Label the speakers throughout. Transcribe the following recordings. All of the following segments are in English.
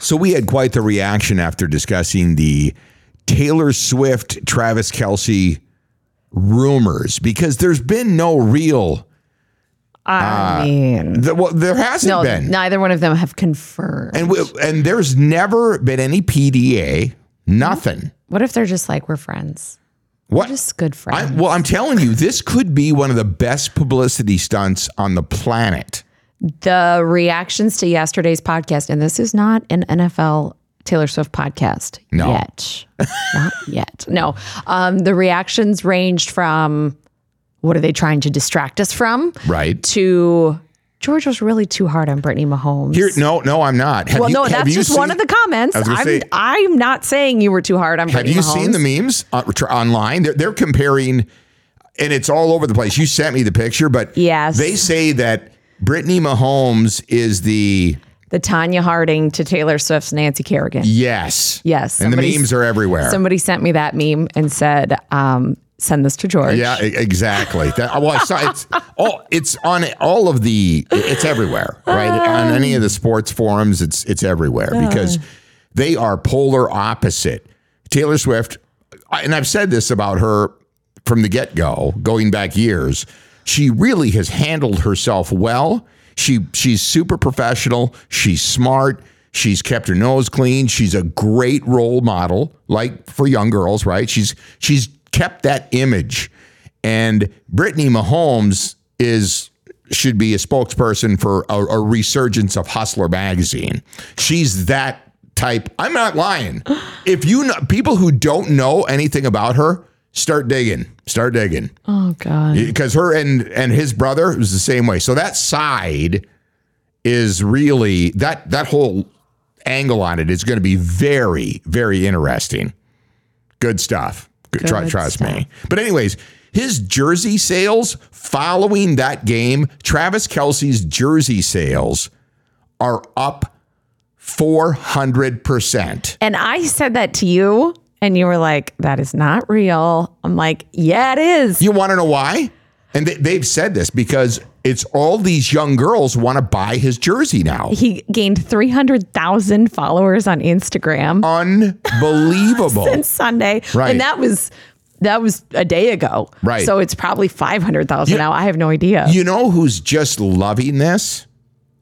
Speaker 1: So we had quite the reaction after discussing the Taylor Swift, Travis Kelsey rumors because there's been no real.
Speaker 2: I mean,
Speaker 1: th- well, there hasn't
Speaker 2: Ah, no,
Speaker 1: been.
Speaker 2: neither one of them have confirmed.
Speaker 1: And we, and there's never been any PDA, nothing.
Speaker 2: what if they're just like we're friends,
Speaker 1: What?
Speaker 2: Mm-hmm. just good
Speaker 1: I,
Speaker 2: friends?
Speaker 1: well, I'm telling you, this could be one of the best publicity stunts on the planet.
Speaker 2: the reactions to yesterday's podcast, and this is not an NFL Taylor Swift podcast
Speaker 1: No.
Speaker 2: yet, not yet. No, um, the reactions ranged from what are they trying to distract us from
Speaker 1: Right.
Speaker 2: to George was really too hard on Brittany Mahomes.
Speaker 1: Here, no, no, I'm not. Have
Speaker 2: well,
Speaker 1: you-
Speaker 2: no,
Speaker 1: have
Speaker 2: that's
Speaker 1: you
Speaker 2: just one
Speaker 1: seen-
Speaker 2: of the comments.
Speaker 1: I was gonna
Speaker 2: I'm,
Speaker 1: say-
Speaker 2: I'm not saying you were too hard on
Speaker 1: Have
Speaker 2: Brittany
Speaker 1: you
Speaker 2: Mahomes.
Speaker 1: seen the memes on- tr- online? They're, they're comparing, and it's all over the place. You sent me the picture, but
Speaker 2: Yes.
Speaker 1: they say that Brittany Mahomes is the
Speaker 2: the Tanya Harding to Taylor Swift's Nancy Kerrigan.
Speaker 1: yes,
Speaker 2: Yes,
Speaker 1: and the
Speaker 2: somebody's-
Speaker 1: memes are everywhere.
Speaker 2: Somebody sent me that meme and said, um, send this to George.
Speaker 1: Yeah, e- exactly. That, well, I saw it's all it's on all of the it's everywhere, right? on any of the sports forums, it's it's everywhere because they are polar opposite. Taylor Swift, I- and I've said this about her from the get go, going back years. She really has handled herself well. She she's super professional. She's smart. She's kept her nose clean. She's a great role model, like for young girls, right? She's she's kept that image. And Brittany Mahomes is should be a spokesperson for a, a resurgence of Hustler magazine. She's that type. I'm not lying. If you know people who don't know anything about her, start digging. Start digging
Speaker 2: Oh, God.
Speaker 1: because her and and his brother was the same way. So that side is really that that whole angle on it is going to be very very interesting. Good stuff. Good, tru-
Speaker 2: Good
Speaker 1: trust
Speaker 2: stuff.
Speaker 1: me. But anyways, his jersey sales following that game, Travis Kelsey's jersey sales are up four hundred percent.
Speaker 2: And I said that to you, and you were like, that is not real. I'm like, yeah, it is.
Speaker 1: You want to know why? And they, they've said this because it's all these young girls want to buy his jersey now.
Speaker 2: he gained 300,000 followers on Instagram
Speaker 1: unbelievable.
Speaker 2: on Sunday.
Speaker 1: Oh. Right.
Speaker 2: And that was. That was a day ago.
Speaker 1: Right.
Speaker 2: So it's probably 500,000 now. I have no idea.
Speaker 1: you know who's just loving this?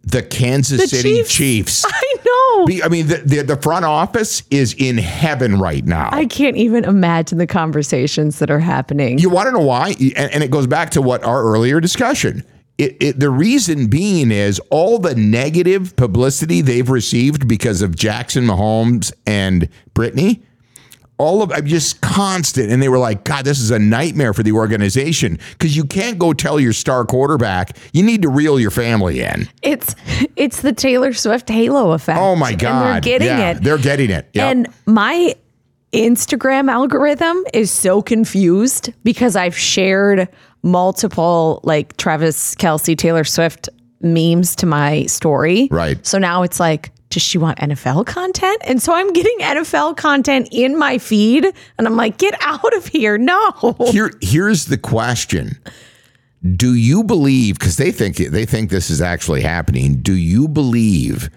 Speaker 1: The Kansas
Speaker 2: The
Speaker 1: City
Speaker 2: Chiefs.
Speaker 1: Chiefs.
Speaker 2: I know.
Speaker 1: Be- I mean, the, the the front office is in heaven right now.
Speaker 2: I can't even imagine the conversations that are happening.
Speaker 1: you want to know why? And, and it goes back to what our earlier discussion. It, it, the reason being is all the negative publicity they've received because of Jackson Mahomes and Brittany. All of I'm just constant, and they were like, "God, this is a nightmare for the organization because you can't go tell your star quarterback you need to reel your family in."
Speaker 2: It's it's the Taylor Swift halo effect.
Speaker 1: Oh my God,
Speaker 2: And they're getting
Speaker 1: Yeah,
Speaker 2: it.
Speaker 1: They're getting it. Yep.
Speaker 2: And my Instagram algorithm is so confused because I've shared multiple like Travis Kelsey, Taylor Swift memes to my story.
Speaker 1: Right.
Speaker 2: So now it's like, does she want NFL content? And so I'm getting NFL content in my feed and I'm like, get out of here. No.
Speaker 1: Here, here's the question: Do you believe? Because they think they think this is actually happening. Do you believe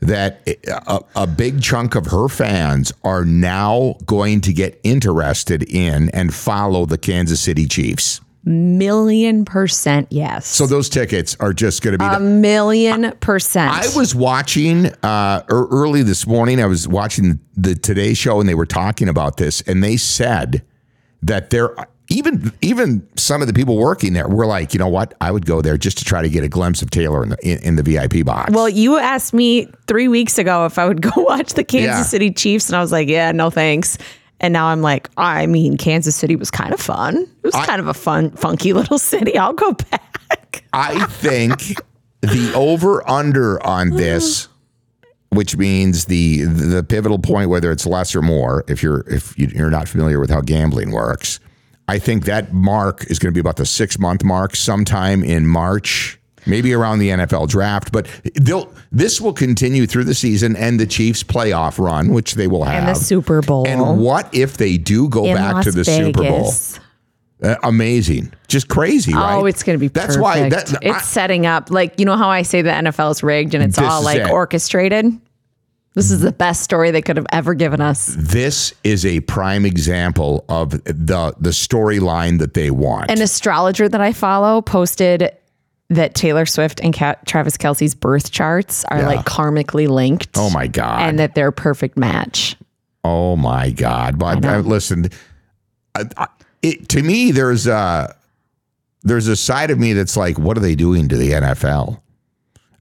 Speaker 1: that a, a big chunk of her fans are now going to get interested in and follow the Kansas City Chiefs?
Speaker 2: Million percent yes.
Speaker 1: So those tickets are just going to be.
Speaker 2: a million percent.
Speaker 1: I was watching uh, ear- early this morning. I was watching the Today Show, and they were talking about this, and they said that there even even some of the people working there were like, you know what, I would go there just to try to get a glimpse of Taylor in the in, in the VIP box.
Speaker 2: Well, you asked me three weeks ago if I would go watch the Kansas
Speaker 1: Yeah.
Speaker 2: City Chiefs, and I was like, yeah, no thanks. And now I'm like, I mean, Kansas City was kind of fun. It was kind of a fun, funky little city. I'll go back.
Speaker 1: I think the over under on this, which means the the pivotal point, whether it's less or more, if you're if you- you're not familiar with how gambling works, I think that mark is going to be about the six month mark, sometime in March. Maybe around the NFL draft, but they'll this will continue through the season and the Chiefs playoff run, which they will have.
Speaker 2: And the Super
Speaker 1: Um,
Speaker 2: Bowl.
Speaker 1: And what if they do go
Speaker 2: in
Speaker 1: back to the
Speaker 2: Las
Speaker 1: Super Bowl?
Speaker 2: Vegas.
Speaker 1: Uh, amazing, just crazy, right?
Speaker 2: Oh, it's going to be
Speaker 1: That's
Speaker 2: perfect.
Speaker 1: why that,
Speaker 2: it's setting up. Like, you know how I say the NFL is rigged and it's
Speaker 1: This
Speaker 2: all
Speaker 1: is
Speaker 2: like
Speaker 1: it.
Speaker 2: orchestrated? This is the best story they could have ever given us.
Speaker 1: This is a prime example of the the storyline that they want.
Speaker 2: An astrologer that I follow posted that Taylor Swift and Ca- Travis Kelsey's birth charts are like karmically linked.
Speaker 1: oh my god.
Speaker 2: And that they're a perfect match.
Speaker 1: Oh my God! But I listen, I, I, it, to me, there's a there's a side of me that's like, what are they doing to the NFL?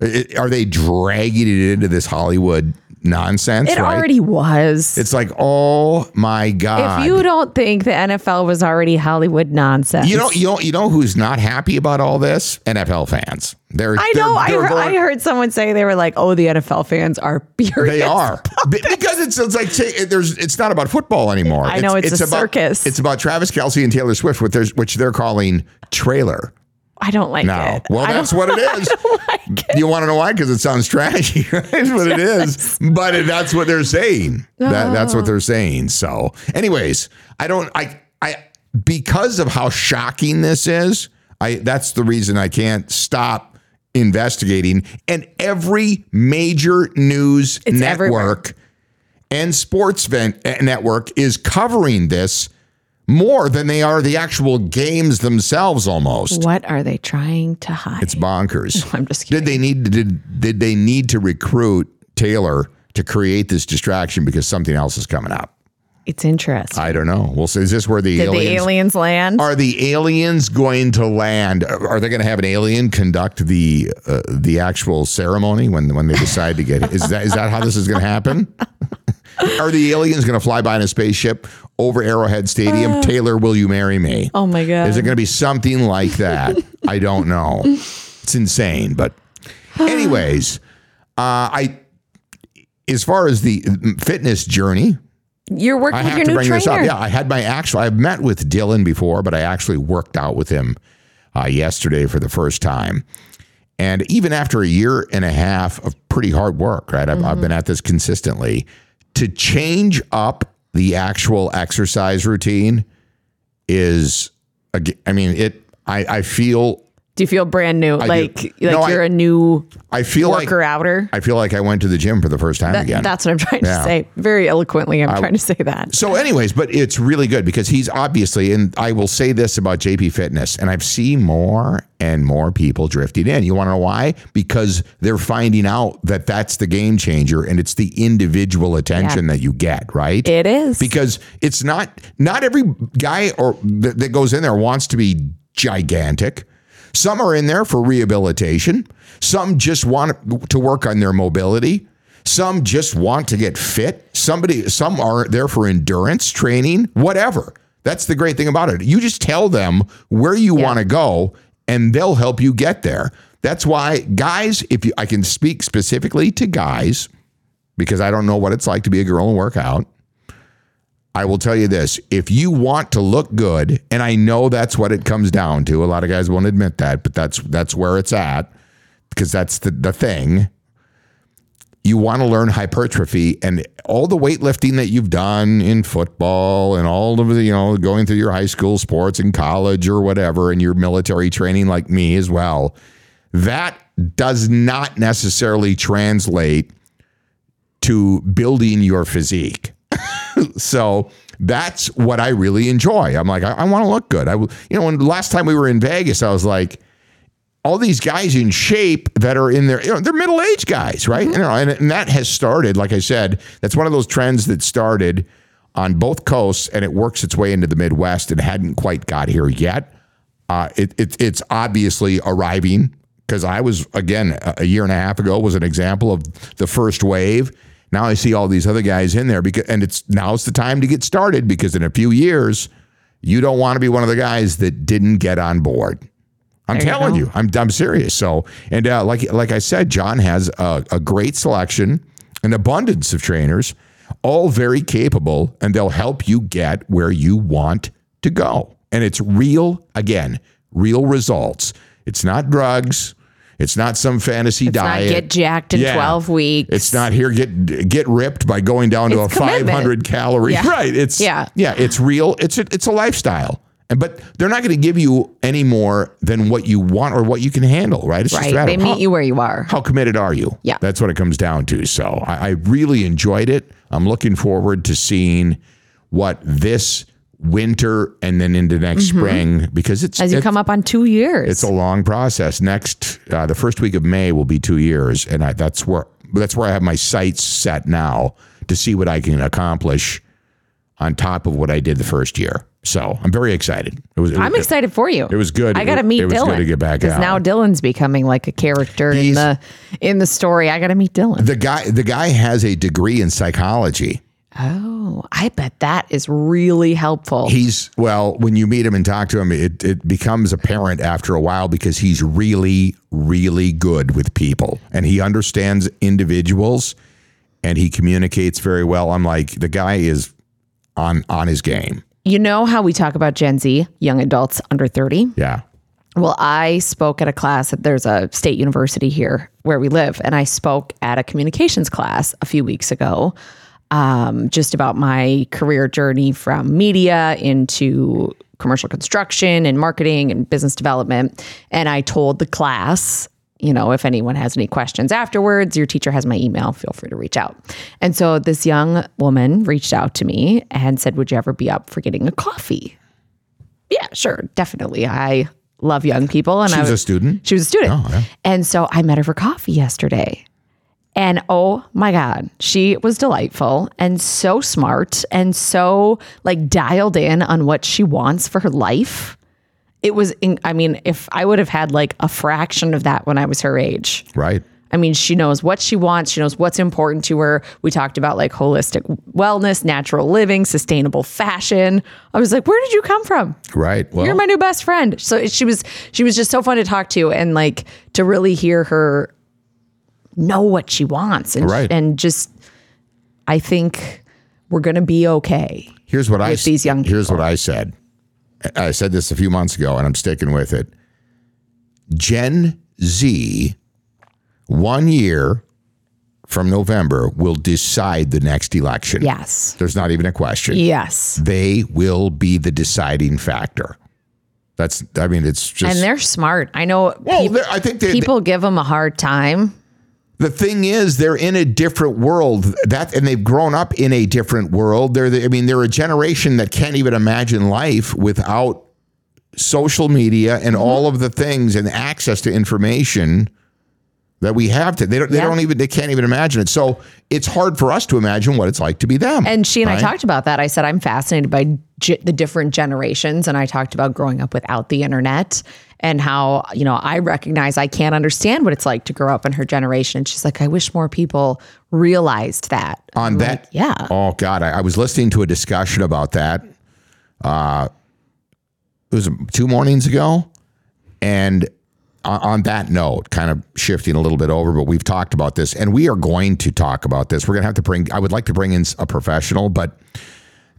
Speaker 1: It- are they dragging it into this Hollywood nonsense?
Speaker 2: It
Speaker 1: right?
Speaker 2: already was.
Speaker 1: it's like, oh my God!
Speaker 2: if you don't think the NFL was already Hollywood nonsense,
Speaker 1: you know, you know, you know who's not happy about all this? NFL fans. They're
Speaker 2: I know.
Speaker 1: they're-
Speaker 2: I,
Speaker 1: they're
Speaker 2: heard,
Speaker 1: going-
Speaker 2: I heard someone say they were like, "Oh, the NFL fans are furious."
Speaker 1: They are Be- because it's, it's like say, it- there's it's not about football anymore.
Speaker 2: I know, it's a
Speaker 1: about,
Speaker 2: circus.
Speaker 1: It's about Travis Kelsey and Taylor Swift, which they're, which they're calling trailer
Speaker 2: I don't like
Speaker 1: now.
Speaker 2: it.
Speaker 1: Well,
Speaker 2: I
Speaker 1: that's
Speaker 2: don't-
Speaker 1: what it is. You want to know why? Because it sounds trashy. Right? That's what it is. But it- that's what they're saying. That, that's what they're saying. So, anyways, I don't. I I because of how shocking this is. I that's the reason I can't stop investigating. And every major news
Speaker 2: It's
Speaker 1: network and sports vent, eh, network is covering this more than they are the actual games themselves. Almost,
Speaker 2: What are they trying to hide?
Speaker 1: it's bonkers.
Speaker 2: I'm just kidding.
Speaker 1: Did they need did did they need to recruit Taylor to create this distraction because something else is coming up?
Speaker 2: It's interesting.
Speaker 1: I don't know. Well, so is this where the
Speaker 2: Did
Speaker 1: aliens
Speaker 2: the aliens land?
Speaker 1: are the aliens going to land? Are they going to have an alien conduct the uh, the actual ceremony when when they decide to get? Is that is that how this is going to happen? are the aliens going to fly by in a spaceship over Arrowhead Stadium?
Speaker 2: Uh,
Speaker 1: Taylor, will you marry me?
Speaker 2: oh my god!
Speaker 1: Is it going to be something like that? I don't know. It's insane, but anyways, uh, I as far as the fitness journey,
Speaker 2: You're working
Speaker 1: I
Speaker 2: with
Speaker 1: have
Speaker 2: your
Speaker 1: to
Speaker 2: new
Speaker 1: bring
Speaker 2: trainer.
Speaker 1: this up. Yeah, I had my actual. I've met with Dylan before, but I actually worked out with him uh, yesterday for the first time. And even after a year and a half of pretty hard work, right? I've,
Speaker 2: Mm-hmm.
Speaker 1: I've been at this consistently. To change up the actual exercise routine is, ag- I mean, it. I, I feel,
Speaker 2: Do you feel brand new? like like
Speaker 1: No, I-
Speaker 2: you're a new
Speaker 1: I feel like
Speaker 2: worker outer.
Speaker 1: I feel like I went to the gym for the first time again.
Speaker 2: That's what I'm trying
Speaker 1: Yeah.
Speaker 2: to say. Very eloquently, I'm trying to say that.
Speaker 1: So, anyways, but it's really good because he's obviously, and I will say this about JP Fitness, and I've seen more and more people drifting in. You want to know why? Because they're finding out that that's the game changer, and it's the individual attention that you get, right?
Speaker 2: It is.
Speaker 1: because it's not not every guy or that, that goes in there wants to be gigantic. Some are in there for rehabilitation. Some just want to work on their mobility. Some just want to get fit. Somebody some are there for endurance training, whatever. That's the great thing about it. You just tell them where you want to go and they'll help you get there. That's why guys, if you I can speak specifically to guys because I don't know what it's like to be a girl and work out. I will tell you this if you want to look good, and I know that's what it comes down to. A lot of guys won't admit that, but that's that's where it's at because that's the, the thing. You want to learn hypertrophy and all the weightlifting that you've done in football and all of the, you know, going through your high school sports and college or whatever, and your military training like me as well. That does not necessarily translate to building your physique. So that's what I really enjoy. I'm like, I, want to look good. I, w- you know, when last time we were in Vegas, I was like, all these guys in shape that are in their, you know, they're middle aged guys, right? You know, And, and that has started, like I said, that's one of those trends that started on both coasts and it works its way into the Midwest and hadn't quite got here yet. Uh, it, it, it's obviously arriving because I was, again, a, a year and a half ago was an example of the first wave. Now I see all these other guys in there because, and it's now's the time to get started because in a few years, you don't want to be one of the guys that didn't get on board. I'm
Speaker 2: you
Speaker 1: telling
Speaker 2: go.
Speaker 1: you, I'm I'm serious. So, and uh, like like I said, John has a, a great selection, an abundance of trainers, all very capable, and they'll help you get where you want to go. And it's real again, real results. It's not drugs. It's not some fantasy
Speaker 2: Not
Speaker 1: diet.
Speaker 2: get jacked in
Speaker 1: Yeah.
Speaker 2: 12 weeks.
Speaker 1: It's not here. Get get ripped by going down to
Speaker 2: It's
Speaker 1: a five
Speaker 2: commitment.
Speaker 1: hundred calorie.
Speaker 2: Yeah.
Speaker 1: Right. It's
Speaker 2: Yeah.
Speaker 1: yeah. It's real. It's a, it's a lifestyle, And but they're not going to give you any more than what you want or what you can handle, right? It's
Speaker 2: Right.
Speaker 1: a matter
Speaker 2: They
Speaker 1: of
Speaker 2: meet
Speaker 1: how-
Speaker 2: you where you are.
Speaker 1: how committed are you?
Speaker 2: Yeah.
Speaker 1: That's what it comes down to. So I, I really enjoyed it. I'm looking forward to seeing what this winter and then into next spring because it's
Speaker 2: Mm-hmm. As you
Speaker 1: it's,
Speaker 2: come up on two years.
Speaker 1: it's a long process. Next, uh, the first week of May will be two years, and I, that's where that's where I have my sights set now to see what I can accomplish on top of what I did the first year. So I'm very excited. It was. It,
Speaker 2: I'm
Speaker 1: was-
Speaker 2: excited for you.
Speaker 1: It was good.
Speaker 2: I got to
Speaker 1: It-
Speaker 2: meet
Speaker 1: it was
Speaker 2: Dylan.
Speaker 1: good to get back
Speaker 2: Because
Speaker 1: out.
Speaker 2: now Dylan's becoming like a character in
Speaker 1: He's-
Speaker 2: the in the story. I got to meet Dylan.
Speaker 1: the guy. The guy has a degree in psychology.
Speaker 2: oh, I bet that is really helpful.
Speaker 1: He's well, when you meet him and talk to him, it, it becomes apparent after a while because he's really, really good with people and he understands individuals and he communicates very well. I'm like, the guy is on on his game.
Speaker 2: you know how we talk about Gen Z, young adults under 30?
Speaker 1: Yeah.
Speaker 2: Well, I spoke at a class at there's a state university here where we live, and I spoke at a communications class a few weeks ago, um, just about my career journey from media into commercial construction and marketing and business development. And I told the class, you know, if anyone has any questions afterwards, your teacher has my email. Feel free to reach out. And so this young woman reached out to me and said, "Would you ever be up for getting a coffee?" yeah, sure, definitely. I love young people, and I
Speaker 1: He's a
Speaker 2: was,
Speaker 1: student.
Speaker 2: she was a student, and so I met her for coffee yesterday. And oh my God, she was delightful and so smart and so like dialed in on what she wants for her life. It was, in, I mean, if I would have had like a fraction of that when I was her age,
Speaker 1: Right.
Speaker 2: I mean, she knows what she wants. She knows what's important to her. We talked about like holistic wellness, natural living, sustainable fashion. I was like, where did you come from?
Speaker 1: Right. Well,
Speaker 2: You're my new best friend. So it- she was, she was just so fun to talk to and like to really hear her know what she wants and
Speaker 1: Right.
Speaker 2: and just, I think we're gonna be okay.
Speaker 1: here's what I s-
Speaker 2: these young
Speaker 1: here's what I said. I said this a few months ago, and I'm sticking with it. Gen Z, one year from November, will decide the next election.
Speaker 2: Yes,
Speaker 1: There's not even a question.
Speaker 2: yes.
Speaker 1: They will be the deciding factor. That's. I mean, it's just.
Speaker 2: And they're smart. I know
Speaker 1: well,
Speaker 2: peop-
Speaker 1: they're- I think they,
Speaker 2: people give them a hard time.
Speaker 1: the thing is, they're in a different world. That and they've grown up in a different world. They're, the, I mean, they're a generation that can't even imagine life without social media
Speaker 2: Mm-hmm.
Speaker 1: and all of the things and access to information that we have to. They don't. They
Speaker 2: Yeah.
Speaker 1: don't even. They can't even imagine it. So it's hard for us to imagine what it's like to be them.
Speaker 2: And she and
Speaker 1: Right.
Speaker 2: I talked about that. I said I'm fascinated by ge- the different generations, and I talked about growing up without the internet and how you know I recognize I can't understand what it's like to grow up in her generation. And she's like, I wish more people realized that.
Speaker 1: on that.
Speaker 2: Yeah,
Speaker 1: Oh God, I, I was listening to a discussion about that. Uh, it was two mornings ago, and on, on that note, kind of shifting a little bit over, but we've talked about this, and we are going to talk about this. We're going to have to bring. I would like to bring in a professional, but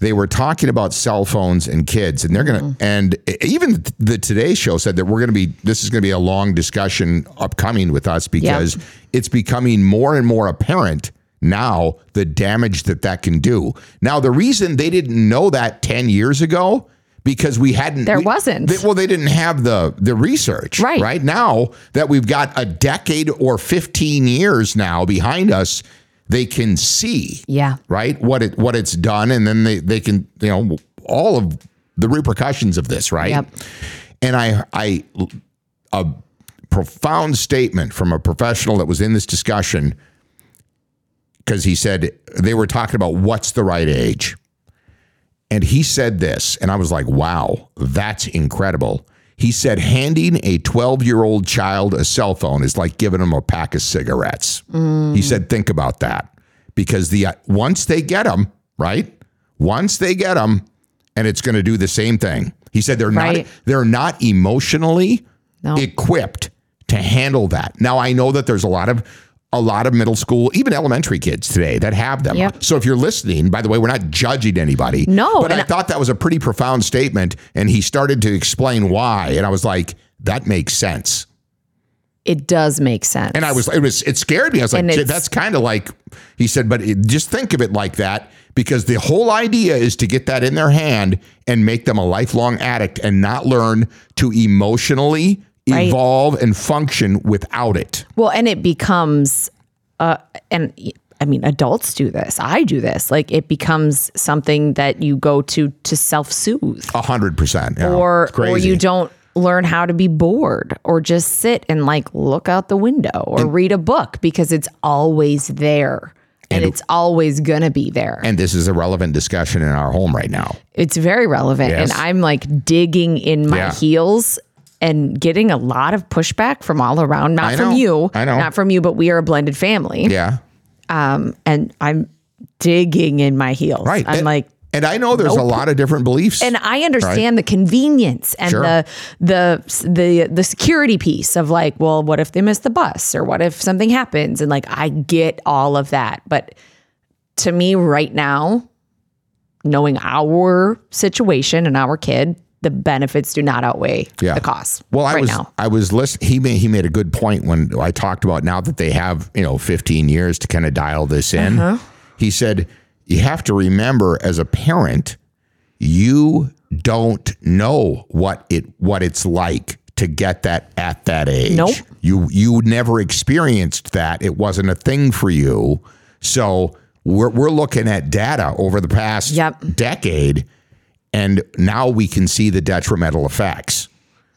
Speaker 1: they were talking about cell phones and kids, and they're going
Speaker 2: Mm-hmm.
Speaker 1: to, and e, even the Today Show said that we're going to be. This is going to be a long discussion upcoming with us because it's becoming more and more apparent now the damage that that can do. Now, the reason they didn't know that ten years ago because we hadn't
Speaker 2: There
Speaker 1: we-
Speaker 2: wasn't.
Speaker 1: they- well, they didn't have the the research
Speaker 2: Right.
Speaker 1: right now that we've got a decade or fifteen years now behind us. They can see
Speaker 2: yeah.
Speaker 1: right what it what it's done and then they they can you know all of the repercussions of this right
Speaker 2: Yep.
Speaker 1: and i i a profound statement from a professional that was in this discussion because he said they were talking about what's the right age and he said this and i was like wow that's incredible he said handing a 12 year old child a cell phone is like giving them a pack of cigarettes he said, think about that because the uh, once they get them, right? Once they get them, and it's going to do the same thing. He said they're not
Speaker 2: Right.
Speaker 1: they're not emotionally
Speaker 2: No.
Speaker 1: equipped to handle that. Now I know that there's a lot of a lot of middle school, even elementary kids today that have them.
Speaker 2: Yep.
Speaker 1: So if you're listening, by the way, we're not judging anybody.
Speaker 2: No,
Speaker 1: but I
Speaker 2: and-
Speaker 1: thought that was a pretty profound statement, and he started to explain why, and I was like, that makes sense.
Speaker 2: it does make sense.
Speaker 1: And I was, it was, it scared me. I was
Speaker 2: And
Speaker 1: like, "Shit,
Speaker 2: it's-
Speaker 1: that's kind of like, he said, but it, just think of it like that because the whole idea is to get that in their hand and make them a lifelong addict and not learn to emotionally
Speaker 2: Right.
Speaker 1: evolve and function without it.
Speaker 2: Well, and it becomes, uh, and I mean, adults do this. I do this. Like it becomes something that you go to to self soothe,
Speaker 1: A hundred percent. Yeah.
Speaker 2: or
Speaker 1: It's
Speaker 2: or
Speaker 1: crazy.
Speaker 2: you don't learn how to be bored, or just sit and like look out the window, or read a book because it's always there. And, it's always gonna be there.
Speaker 1: And this is a relevant discussion in our home right now.
Speaker 2: It's very relevant.
Speaker 1: Yes.
Speaker 2: And I'm like digging in my
Speaker 1: Yeah.
Speaker 2: heels and getting a lot of pushback from all around. Not
Speaker 1: I
Speaker 2: from
Speaker 1: know.
Speaker 2: you.
Speaker 1: I know.
Speaker 2: Not from you, but we are a blended family.
Speaker 1: Yeah.
Speaker 2: and I'm digging in my heels.
Speaker 1: Right.
Speaker 2: I'm
Speaker 1: And-
Speaker 2: like,
Speaker 1: and I know there's a lot of different beliefs.
Speaker 2: and I understand the convenience and
Speaker 1: Sure.
Speaker 2: the the the the security piece of like, well, what if they miss the bus or what if something happens? And like, I get all of that, but to me, right now, knowing our situation and our kid, the benefits do not outweigh
Speaker 1: Yeah.
Speaker 2: the costs.
Speaker 1: Well, I
Speaker 2: right
Speaker 1: was
Speaker 2: now.
Speaker 1: I was listening. He made he made a good point when I talked about now that they have you know 15 years to kind of dial this in.
Speaker 2: Uh-huh.
Speaker 1: He said you have to remember as a parent, you don't know what it what it's like to get that at that age.
Speaker 2: Nope.
Speaker 1: You you never experienced that. It wasn't a thing for you. So we're we're looking at data over the past
Speaker 2: Yep.
Speaker 1: decade, and now we can see the detrimental effects.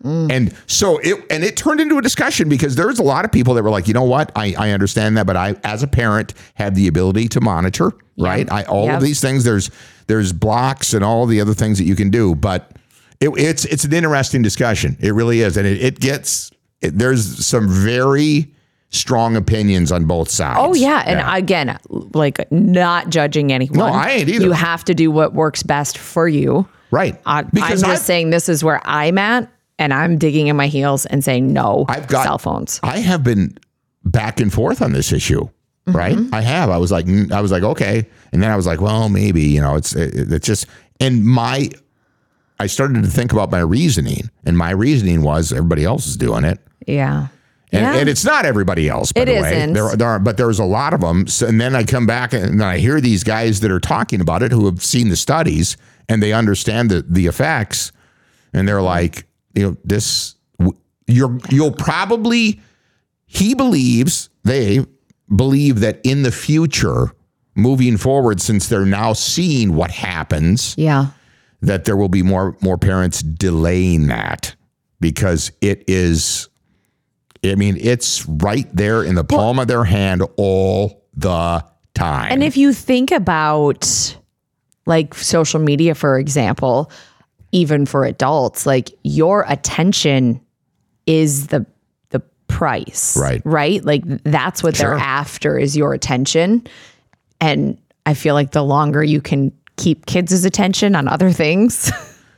Speaker 1: And so it and it turned into a discussion because there was a lot of people that were like, you know what, I, I understand that, but I as a parent have the ability to monitor, right? I all
Speaker 2: Yep.
Speaker 1: of these things. There's there's blocks and all the other things that you can do, but it, it's it's an interesting discussion. It really is, and it, it gets it, there's some very strong opinions on both sides.
Speaker 2: Oh yeah, and again, like not judging anyone.
Speaker 1: No, I ain't either.
Speaker 2: You have to do what works best for you.
Speaker 1: right.
Speaker 2: I,
Speaker 1: because
Speaker 2: I'm
Speaker 1: I
Speaker 2: just saying this is where I'm at, and I'm digging in my heels and saying no.
Speaker 1: I've got-
Speaker 2: cell phones.
Speaker 1: I have been back and forth on this issue, right? I have. I was like, mm, I was like, okay, and then I was like, well, maybe you know, it's it, it's just, and my, I started to think about my reasoning, and my reasoning was everybody else is doing it.
Speaker 2: Yeah,
Speaker 1: And,
Speaker 2: yeah.
Speaker 1: and it's not everybody else, by
Speaker 2: It
Speaker 1: the way.
Speaker 2: isn't.
Speaker 1: There, there are, but there's a lot of them. So, and then I come back and then I hear these guys that are talking about it who have seen the studies and they understand the, the effects. And they're like, you know, this, w- you're, you'll probably, he believes, they believe that in the future, moving forward, since they're now seeing what happens,
Speaker 2: yeah.
Speaker 1: that there will be more more parents delaying that because it is I mean it's right there in the palm of their hand all the time.
Speaker 2: And if you think about like social media, for example, even for adults, like your attention is the the price.
Speaker 1: Right.
Speaker 2: Right? Like that's what
Speaker 1: Sure.
Speaker 2: they're after is your attention. And I feel like the longer you can keep kids' attention on other things,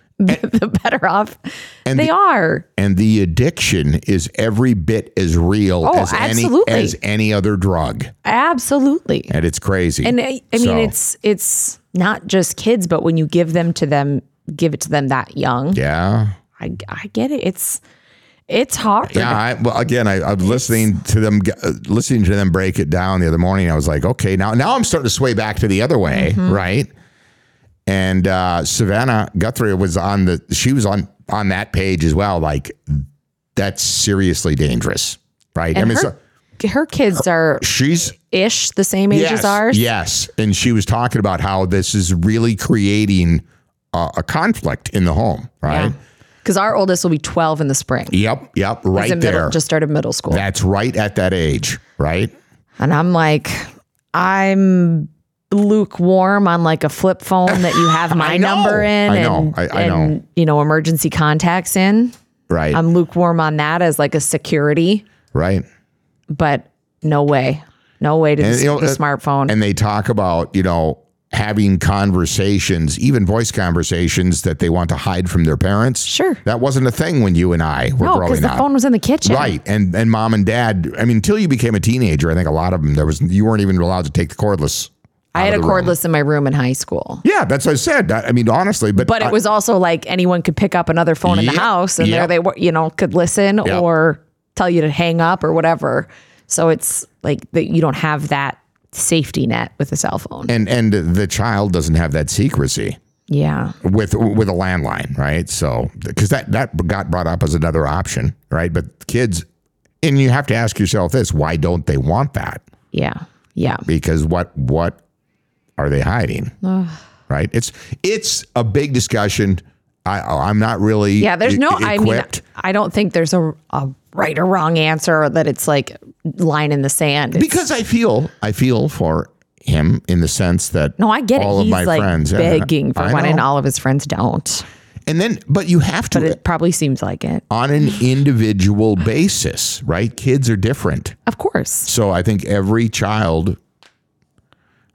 Speaker 2: the, the better off they are.
Speaker 1: and the addiction is every bit as real as
Speaker 2: Oh, absolutely.
Speaker 1: any as any other drug.
Speaker 2: Absolutely.
Speaker 1: And it's crazy.
Speaker 2: And I, I mean,
Speaker 1: So,
Speaker 2: it's it's not just kids, but when you give them to them, give it to them that young.
Speaker 1: yeah.
Speaker 2: I, I get it. It's it's hard.
Speaker 1: Yeah, I, well, again, I, I'm listening to them, g- uh, listening to them break it down the other morning. I was like, okay, now, now I'm starting to sway back to the other way,
Speaker 2: Mm-hmm.
Speaker 1: right? And uh, Savannah Guthrie was on the, she was on on that page as well. Like, that's seriously dangerous, right? I mean, so
Speaker 2: Her kids are
Speaker 1: she's
Speaker 2: ish the same age as ours.
Speaker 1: Yes. And she was talking about how this is really creating uh, a conflict in the home, right?
Speaker 2: Because our oldest will be 12 in the spring.
Speaker 1: Yep, yep, right
Speaker 2: He's in
Speaker 1: there.
Speaker 2: middle, just started middle school.
Speaker 1: that's right at that age, right?
Speaker 2: And I'm like, I'm lukewarm on like a flip phone that you have my
Speaker 1: know.
Speaker 2: number in
Speaker 1: I know.
Speaker 2: and,
Speaker 1: I- I
Speaker 2: and
Speaker 1: know.
Speaker 2: you know emergency contacts in.
Speaker 1: Right.
Speaker 2: I'm lukewarm on that as like a security,
Speaker 1: right?
Speaker 2: but no way. No way to the,
Speaker 1: you know,
Speaker 2: the
Speaker 1: uh,
Speaker 2: smartphone.
Speaker 1: And they talk about, you know, having conversations, even voice conversations that they want to hide from their parents.
Speaker 2: Sure.
Speaker 1: That wasn't a thing when you and I were
Speaker 2: no, because
Speaker 1: growing
Speaker 2: the
Speaker 1: up.
Speaker 2: phone was in the kitchen.
Speaker 1: Right. And and mom and dad, I mean, until you became a teenager, I think a lot of them there was you weren't even allowed to take the cordless.
Speaker 2: I had a cordless in my room in high school.
Speaker 1: Yeah, that's what I said. I, I mean, honestly, but
Speaker 2: But
Speaker 1: I-
Speaker 2: it was also like anyone could pick up another phone in
Speaker 1: Yep,
Speaker 2: the house and
Speaker 1: yep.
Speaker 2: there they were, you know, could listen
Speaker 1: Yep.
Speaker 2: or tell you to hang up or whatever. So it's like that you don't have that safety net with a cell phone.
Speaker 1: and and the child doesn't have that secrecy
Speaker 2: yeah.
Speaker 1: with with a landline, right? So because that that got brought up as another option, right? But kids, and you have to ask yourself this: Why don't they want that?
Speaker 2: Yeah. Yeah.
Speaker 1: Because what what are they hiding? Right? It's it's a big discussion. I I'm not really
Speaker 2: Yeah, there's
Speaker 1: e-
Speaker 2: no I mean
Speaker 1: equipped.
Speaker 2: I don't think there's a, a right or wrong answer or that it's like line in the sand. It's-
Speaker 1: because I feel I feel for him in the sense that
Speaker 2: no, I get
Speaker 1: all
Speaker 2: it.
Speaker 1: of
Speaker 2: He's
Speaker 1: my
Speaker 2: like
Speaker 1: friends yeah,
Speaker 2: begging for
Speaker 1: I
Speaker 2: one and
Speaker 1: know.
Speaker 2: all of his friends don't.
Speaker 1: and then but you have to
Speaker 2: But it probably seems like it.
Speaker 1: on an individual basis, right? Kids are different.
Speaker 2: Of course.
Speaker 1: So I think every child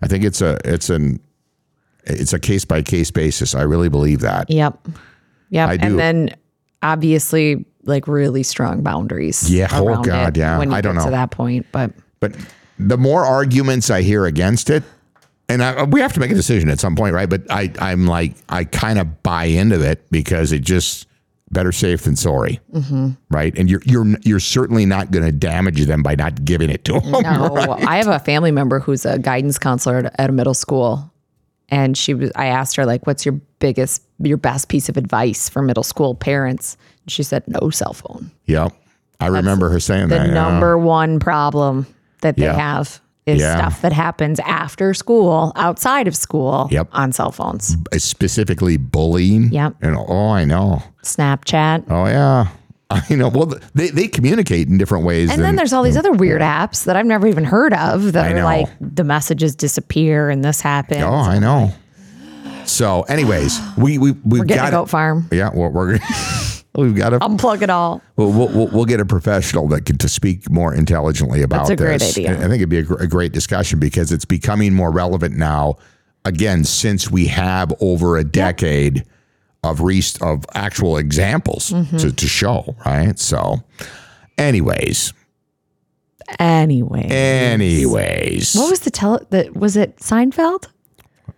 Speaker 1: I think it's a it's an it's a case by case basis. I really believe that.
Speaker 2: Yep. Yep.
Speaker 1: I do.
Speaker 2: And then obviously like really strong boundaries.
Speaker 1: Yeah. Oh,
Speaker 2: around
Speaker 1: God,
Speaker 2: it
Speaker 1: yeah.
Speaker 2: When you
Speaker 1: I don't
Speaker 2: get
Speaker 1: know.
Speaker 2: to that point. But
Speaker 1: But the more arguments I hear against it, and I, we have to make a decision at some point, right? But I, I'm like, I kind of buy into it because it just better safe than sorry,
Speaker 2: Mm-hmm.
Speaker 1: right? And you're you're you're certainly not going to damage them by not giving it to them.
Speaker 2: No, I have a family member who's a guidance counselor at, at a middle school, and she was. I asked her like, "What's your biggest, your best piece of advice for middle school parents?" And she said, "No cell phone.
Speaker 1: Yep, I remember her saying
Speaker 2: The
Speaker 1: that. yeah.
Speaker 2: number one problem that they
Speaker 1: Yeah.
Speaker 2: have is
Speaker 1: Yeah.
Speaker 2: stuff that happens after school, outside of school,
Speaker 1: Yep.
Speaker 2: on cell phones,
Speaker 1: specifically bullying.
Speaker 2: Yep.
Speaker 1: and oh, I know.
Speaker 2: Snapchat."
Speaker 1: Oh yeah, I know. Well, they they communicate in different ways.
Speaker 2: And then there's all these other weird apps that I've never even heard of that
Speaker 1: I
Speaker 2: are
Speaker 1: know.
Speaker 2: like the messages disappear and this happens.
Speaker 1: oh, I know. So, anyways, we we we've
Speaker 2: Get
Speaker 1: got
Speaker 2: a goat farm.
Speaker 1: Yeah, well, we're we've got to
Speaker 2: Unplug it all.
Speaker 1: we'll, we'll we'll- we'll get a professional that can to speak more intelligently about
Speaker 2: That's a great
Speaker 1: this.
Speaker 2: idea.
Speaker 1: I I think it'd be a, gr- a great discussion because it's becoming more relevant now. Again, since we have over a decade of re- of actual examples
Speaker 2: Mm-hmm.
Speaker 1: to, to show, right? So, anyways,
Speaker 2: Anyway.
Speaker 1: Eh. anyways,
Speaker 2: What was the tele? The, was it Seinfeld?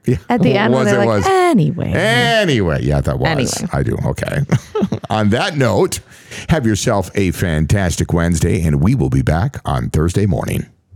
Speaker 1: Yeah.
Speaker 2: At the end,
Speaker 1: was
Speaker 2: where
Speaker 1: it
Speaker 2: they're like,
Speaker 1: was.
Speaker 2: anyway.
Speaker 1: Anyway, yeah, that was.
Speaker 2: Anyway.
Speaker 1: I do. Okay. on that note, have yourself a fantastic Wednesday, and we will be back on Thursday morning.